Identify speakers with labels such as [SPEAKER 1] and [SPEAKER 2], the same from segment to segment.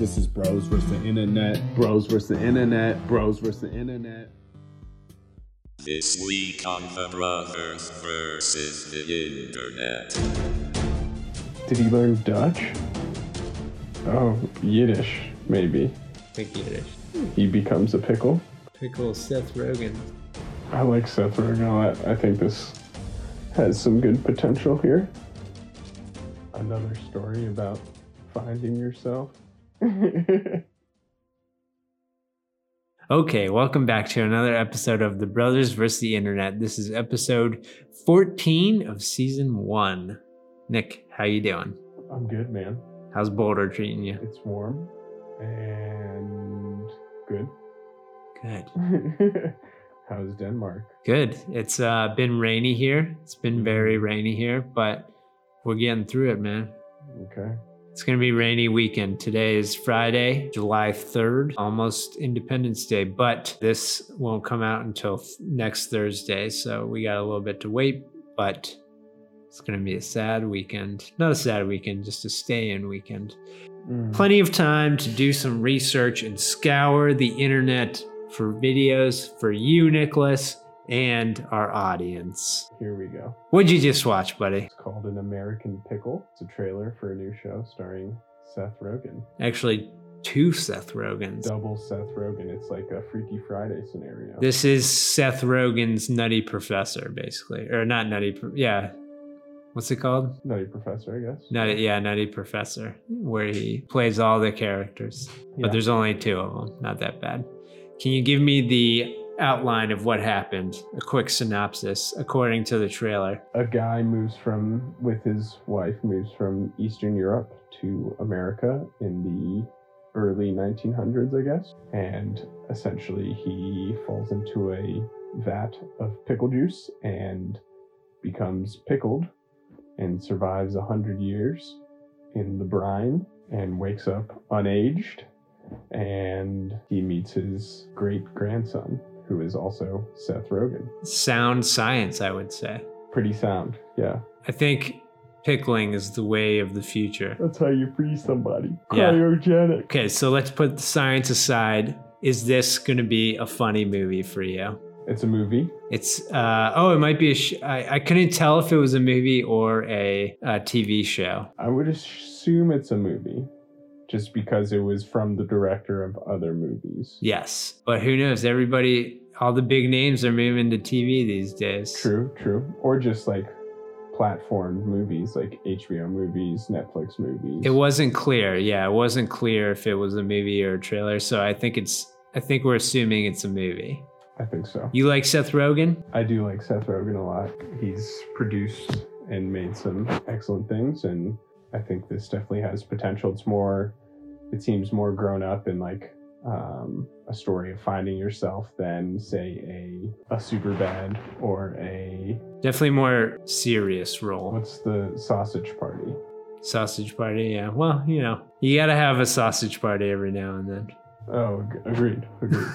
[SPEAKER 1] This is Bros versus the Internet. Bros versus the Internet. Bros versus the Internet.
[SPEAKER 2] This week on the Brothers versus the Internet.
[SPEAKER 3] Did he learn Dutch? Oh, Yiddish, maybe.
[SPEAKER 4] Quick Yiddish.
[SPEAKER 3] He becomes a pickle.
[SPEAKER 4] Pickle Seth Rogen.
[SPEAKER 3] I like Seth Rogen a lot. I think this has some good potential here. Another story about finding yourself.
[SPEAKER 5] Okay, welcome back to another episode of The Brothers vs. the Internet. This is episode 14 of season one. Nick, how you doing?
[SPEAKER 3] I'm good, man.
[SPEAKER 5] How's Boulder treating you?
[SPEAKER 3] It's warm and good.
[SPEAKER 5] Good.
[SPEAKER 3] How's Denmark?
[SPEAKER 5] Good. It's uh, been rainy here. It's been very rainy here, but we're getting through it, man.
[SPEAKER 3] Okay.
[SPEAKER 5] It's going to be rainy weekend. Today is Friday, July 3rd, almost Independence Day, but this won't come out until th- next Thursday, so we got a little bit to wait, but it's going to be a sad weekend. Not a sad weekend, just a stay-in weekend.
[SPEAKER 3] Mm.
[SPEAKER 5] Plenty of time to do some research and scour the internet for videos for you, Nicholas, and our audience.
[SPEAKER 3] Here we go.
[SPEAKER 5] What'd you just watch, buddy?
[SPEAKER 3] It's called An American Pickle. It's a trailer for a new show starring Seth Rogen.
[SPEAKER 5] Actually, two Seth Rogans.
[SPEAKER 3] Double Seth Rogen. It's like a Freaky Friday scenario.
[SPEAKER 5] This is Seth Rogen's Nutty Professor, basically, or not Nutty. Pro- Yeah, what's it called?
[SPEAKER 3] Nutty Professor, I guess.
[SPEAKER 5] Nutty, yeah, Nutty Professor, where he plays all the characters,
[SPEAKER 3] Yeah.
[SPEAKER 5] but there's only two of them. Not that bad. Can you give me the outline of what happened? A quick synopsis, according to the trailer.
[SPEAKER 3] a guy moves from with his wife moves from Eastern Europe to America in the early 1900s, I guess, and essentially he falls into a vat of pickle juice and becomes pickled and survives a hundred years in the brine and wakes up unaged and he meets his great grandson who is also Seth Rogen.
[SPEAKER 5] Sound science, I would say.
[SPEAKER 3] Pretty sound, yeah.
[SPEAKER 5] I think pickling is the way of the future.
[SPEAKER 3] That's how you freeze somebody.
[SPEAKER 5] Yeah.
[SPEAKER 3] Cryogenic.
[SPEAKER 5] Okay, so let's put the science aside. Is this going to be a funny movie for you?
[SPEAKER 3] It's a movie.
[SPEAKER 5] It's uh oh, it might be a. Sh- I, I couldn't tell if it was a movie or a, uh TV show.
[SPEAKER 3] I would assume it's a movie just because it was from the director of other movies.
[SPEAKER 5] Yes, but who knows? Everybody, all the big names are moving to TV these days.
[SPEAKER 3] True, true. Or just like platform movies like HBO movies, Netflix movies.
[SPEAKER 5] It wasn't clear. Yeah, it wasn't clear if it was a movie or a trailer. So I think it's. I think we're assuming it's a movie.
[SPEAKER 3] I think so.
[SPEAKER 5] You like Seth Rogen?
[SPEAKER 3] I do like Seth Rogen a lot. He's produced and made some excellent things, and I think this definitely has potential. It's more, it seems more grown up and like um, a story of finding yourself than say a a super bad or a
[SPEAKER 5] Definitely more serious role.
[SPEAKER 3] what's the sausage party.
[SPEAKER 5] Sausage Party. Yeah. Well, you know, you gotta have a sausage party every now and then.
[SPEAKER 3] Oh, ag- agreed, agreed.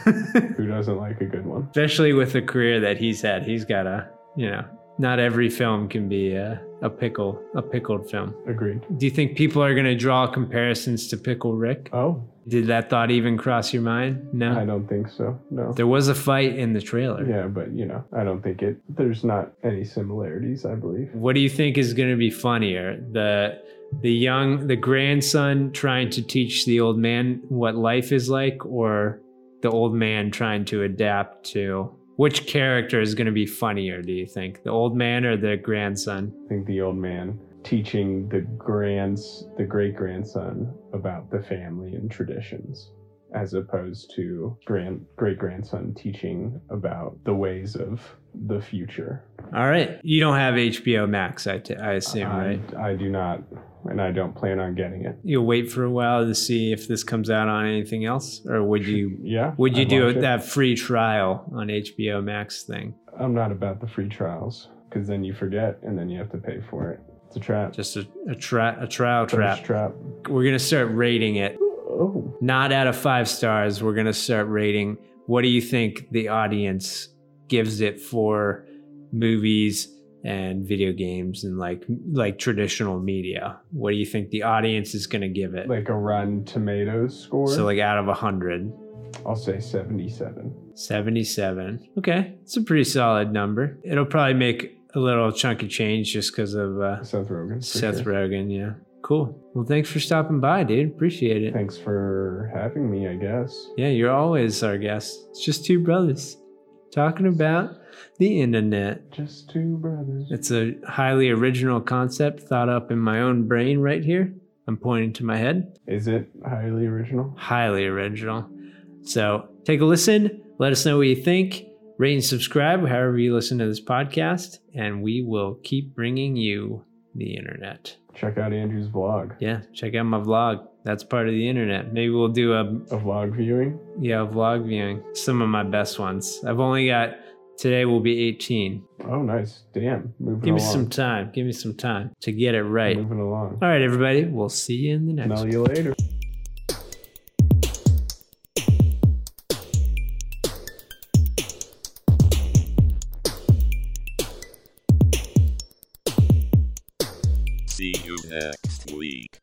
[SPEAKER 3] Who doesn't like a good one?
[SPEAKER 5] especially with the career that he's had he's got a you know not every film can be a, a pickle a pickled film
[SPEAKER 3] Agreed.
[SPEAKER 5] do you think people are going to draw comparisons to pickle rick
[SPEAKER 3] Oh,
[SPEAKER 5] did that thought even cross your mind
[SPEAKER 3] I
[SPEAKER 5] no
[SPEAKER 3] don't think so. No.
[SPEAKER 5] there was a fight in the trailer
[SPEAKER 3] Yeah, but you know, I don't think it. There's not any similarities. I believe.
[SPEAKER 5] what do you think is going to be funnier the the young the grandson trying to teach the old man what life is like or the old man trying to adapt to which character is going to be funnier do you think the old man or the grandson
[SPEAKER 3] I think the old man teaching the grands the great grandson about the family and traditions as opposed to grand great grandson teaching about the ways of the future
[SPEAKER 5] All right. You don't have HBO Max, I t- I assume,
[SPEAKER 3] I-
[SPEAKER 5] right?
[SPEAKER 3] I do not and i don't plan on getting it
[SPEAKER 5] You'll wait for a while to see if this comes out on anything else, or would you?
[SPEAKER 3] yeah
[SPEAKER 5] Would you
[SPEAKER 3] I'd
[SPEAKER 5] do
[SPEAKER 3] watch
[SPEAKER 5] it, that free trial on HBO Max thing?
[SPEAKER 3] i'm not about the free trials because then you forget and then you have to pay for it it's a trap
[SPEAKER 5] Just a, a, tra- a trial
[SPEAKER 3] Thirst
[SPEAKER 5] trap.
[SPEAKER 3] trap
[SPEAKER 5] We're going to start rating it.
[SPEAKER 3] oh
[SPEAKER 5] Not out of five stars. We're going to start rating. What do you think the audience gives it for movies, and video games and like like traditional media. What do you think the audience is going to give it?
[SPEAKER 3] Like a Rotten Tomatoes score.
[SPEAKER 5] so like out of 100,
[SPEAKER 3] I'll say 77.
[SPEAKER 5] 77. Okay, it's a pretty solid number. It'll probably make a little chunky change just because of uh,
[SPEAKER 3] Seth Rogen. for
[SPEAKER 5] Seth
[SPEAKER 3] sure.
[SPEAKER 5] Rogen. Yeah, cool. Well, thanks for stopping by, dude. Appreciate it.
[SPEAKER 3] Thanks for having me, I guess.
[SPEAKER 5] Yeah, you're always our guest. It's just two brothers talking about the internet.
[SPEAKER 3] Just two brothers.
[SPEAKER 5] It's a highly original concept thought up in my own brain right here. I'm pointing to my head.
[SPEAKER 3] Is it highly original?
[SPEAKER 5] Highly original. So take a listen. Let us know what you think. Rate and subscribe however you listen to this podcast, and we will keep bringing you the internet.
[SPEAKER 3] Check out Andrew's vlog.
[SPEAKER 5] Yeah, check out my vlog. That's part of the internet. Maybe we'll do a
[SPEAKER 3] A vlog viewing?
[SPEAKER 5] yeah vlog viewing. Some of my best ones. I've only got today will be 18.
[SPEAKER 3] Oh, nice. Damn. Moving
[SPEAKER 5] Give me
[SPEAKER 3] along.
[SPEAKER 5] some time. Give me some time to get it right.
[SPEAKER 3] Moving along.
[SPEAKER 5] All right, everybody. We'll see you in the next.
[SPEAKER 3] Smell
[SPEAKER 5] one.
[SPEAKER 3] you later.
[SPEAKER 2] See you next week.